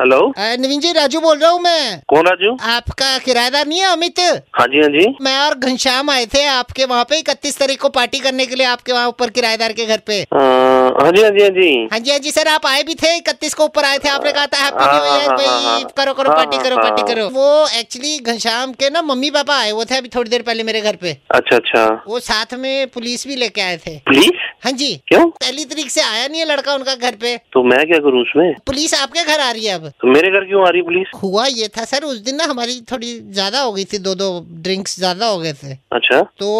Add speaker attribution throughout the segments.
Speaker 1: Hello
Speaker 2: अ, नवीन जी राजू बोल रहा हूँ मैं
Speaker 1: कौन राजू
Speaker 2: आपका किराएदार नहीं है अमित
Speaker 1: हाँ जी हाँ जी
Speaker 2: मैं और घनश्याम आए थे आपके वहाँ पे इकतीस तारीख को पार्टी करने के लिए आपके वहाँ ऊपर किराएदार के घर पे
Speaker 1: अ, हाँ जी हाँ जी हाँ जी
Speaker 2: हाँ जी हाँ जी सर आप आए भी थे इकतीस को ऊपर आए थे आपने कहा था हैप्पी
Speaker 1: हाँ,
Speaker 2: न्यू ईयर
Speaker 1: हाँ, हाँ,
Speaker 2: भाई
Speaker 1: हाँ।
Speaker 2: करो करो
Speaker 1: हाँ,
Speaker 2: पार्टी
Speaker 1: हाँ,
Speaker 2: करो
Speaker 1: हाँ,
Speaker 2: पार्टी
Speaker 1: हाँ।
Speaker 2: करो वो एक्चुअली घनश्याम के ना मम्मी पापा आए हुए थे अभी थोड़ी देर पहले मेरे घर पे
Speaker 1: अच्छा अच्छा
Speaker 2: वो साथ में पुलिस भी लेके आए थे
Speaker 1: प्लीज
Speaker 2: हाँ जी
Speaker 1: क्यों
Speaker 2: पहली तारीख से आया नहीं है लड़का उनका घर पे
Speaker 1: तो मैं क्या करूँ उसमें
Speaker 2: पुलिस आपके घर आ रही है अब
Speaker 1: तो मेरे घर क्यों आ रही पुलिस
Speaker 2: हुआ ये था सर उस दिन ना हमारी थोड़ी ज्यादा हो गई थी दो दो ड्रिंक्स ज्यादा हो गए थे
Speaker 1: अच्छा
Speaker 2: तो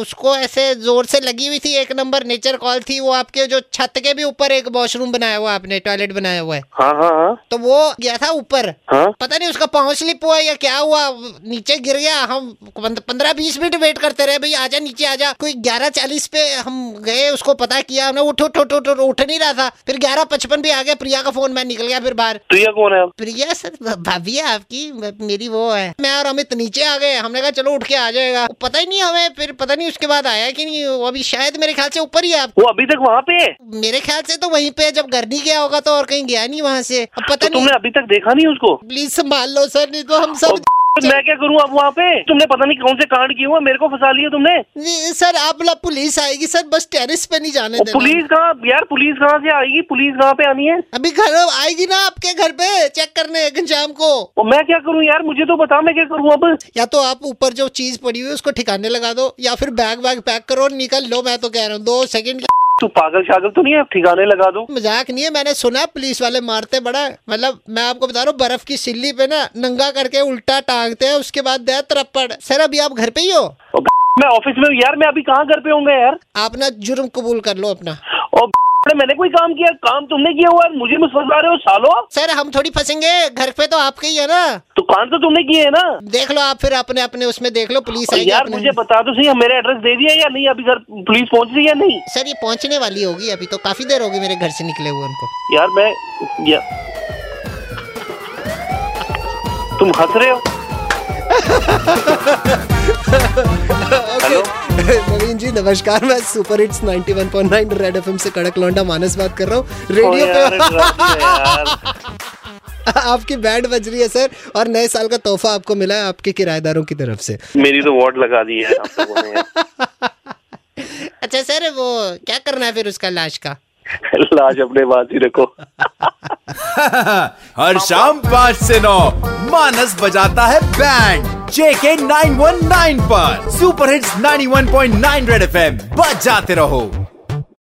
Speaker 2: उसको ऐसे जोर से लगी हुई थी एक नंबर नेचर कॉल थी वो आपके जो छत के भी ऊपर एक वॉशरूम बनाया हुआ आपने टॉयलेट बनाया हुआ है
Speaker 1: हाँ हाँ हाँ
Speaker 2: तो वो गया था ऊपर
Speaker 1: हाँ
Speaker 2: पता नहीं उसका पाँव स्लिप हुआ या क्या हुआ नीचे गिर गया हम पंद्रह बीस मिनट वेट करते रहे भाई आजा नीचे आजा कोई ग्यारह चालीस पे हम गए उसको पता किया हमने उठो उठो उठो उठो उठ नहीं रहा था फिर ग्यारह पचपन पे आ गया प्रिया का फोन मैं निकल गया फिर बाहर
Speaker 1: तो ये कौन है आप
Speaker 2: प्रिया सर भाभी है आपकी म- मेरी वो है मैं और अमित नीचे आ गए हमने कहा चलो उठ के आ जाएगा पता ही नहीं हमें फिर पता नहीं उसके बाद आया कि नहीं वो अभी शायद मेरे ख्याल से ऊपर ही है आप
Speaker 1: वो अभी तक वहाँ पे है
Speaker 2: मेरे ख्याल से तो वहीं पे है, जब घर नहीं गया होगा तो और कहीं गया नहीं वहाँ से अब पता
Speaker 1: तो
Speaker 2: नहीं
Speaker 1: तुमने अभी तक देखा नहीं उसको
Speaker 2: प्लीज संभाल लो सर नहीं तो हम
Speaker 1: और
Speaker 2: सब
Speaker 1: मैं क्या करूँ अब वहाँ पे तुमने पता नहीं कौन से कांड किए हुए हैं, मेरे को फंसा लिया तुमने
Speaker 2: नहीं, सर आप बोला पुलिस आएगी सर बस टेरिस पे नहीं जाने
Speaker 1: वो
Speaker 2: देना
Speaker 1: पुलिस कहाँ यार पुलिस कहाँ से आएगी पुलिस कहाँ पे आनी है
Speaker 2: अभी घर आएगी ना आपके घर पे चेक करने घनश्याम को
Speaker 1: और मैं क्या करूँ यार मुझे तो बता मैं क्या करूँ अब
Speaker 2: या तो आप ऊपर जो चीज पड़ी हुई है उसको ठिकाने लगा दो या फिर बैग बैग पैक करो और निकल लो मैं तो कह रहा हूँ दो सेकंड
Speaker 1: तू पागल शागल तो नहीं है ठिकाने लगा दो
Speaker 2: मजाक नहीं है मैंने सुना है पुलिस वाले मारते बड़ा है। मतलब मैं आपको बता रहा हूँ बर्फ की सिल्ली पे ना नंगा करके उल्टा टांगते हैं उसके बाद दे तरप्पड़ सर अभी आप घर पे ही हो
Speaker 1: और मैं ऑफिस में हूँ यार मैं अभी कहाँ घर पे होऊंगा यार
Speaker 2: आप ना जुर्म कबूल कर लो अपना
Speaker 1: और बड़े मैंने कोई काम किया काम तुमने किया हुआ है मुझे मुझ फंसा रहे हो सालो
Speaker 2: सर हम थोड़ी फंसेंगे घर पे तो आपके ही है ना
Speaker 1: तो कान तो तुमने किए है ना
Speaker 2: देख लो आप फिर अपने अपने उसमें देख लो पुलिस
Speaker 1: और
Speaker 2: आएगी
Speaker 1: यार
Speaker 2: अपने-
Speaker 1: मुझे बता दो सही मेरा एड्रेस दे दिया या नहीं अभी घर पुलिस पहुंच रही है या नहीं
Speaker 2: सर ये पहुंचने वाली होगी अभी तो काफी देर होगी मेरे घर से निकले हुए उनको
Speaker 1: यार मैं या... तुम हंस रहे हो हेलो
Speaker 2: नवीन जी नमस्कार मैं सुपर हिट्स 91.9 रेड एफएम से कड़क लौंडा मानस बात कर रहा हूँ
Speaker 1: ओ
Speaker 2: रेडियो
Speaker 1: यार,
Speaker 2: पे
Speaker 1: डरा दिया यार
Speaker 2: आपकी बैंड बज रही है सर और नए साल का तोहफा आपको मिला है आपके किराएदारों की तरफ से
Speaker 1: मेरी तो वार्ड लगा दी है आप लोगों ने
Speaker 2: अच्छा सर वो क्या करना है फिर उसका लाश का
Speaker 1: यार। लाज अपने बात ही रखो
Speaker 3: हाँ, हर शाम पाँच से नौ मानस बजाता है band JK nine one nine पर super hits nine one point nine Red F M बजाते रहो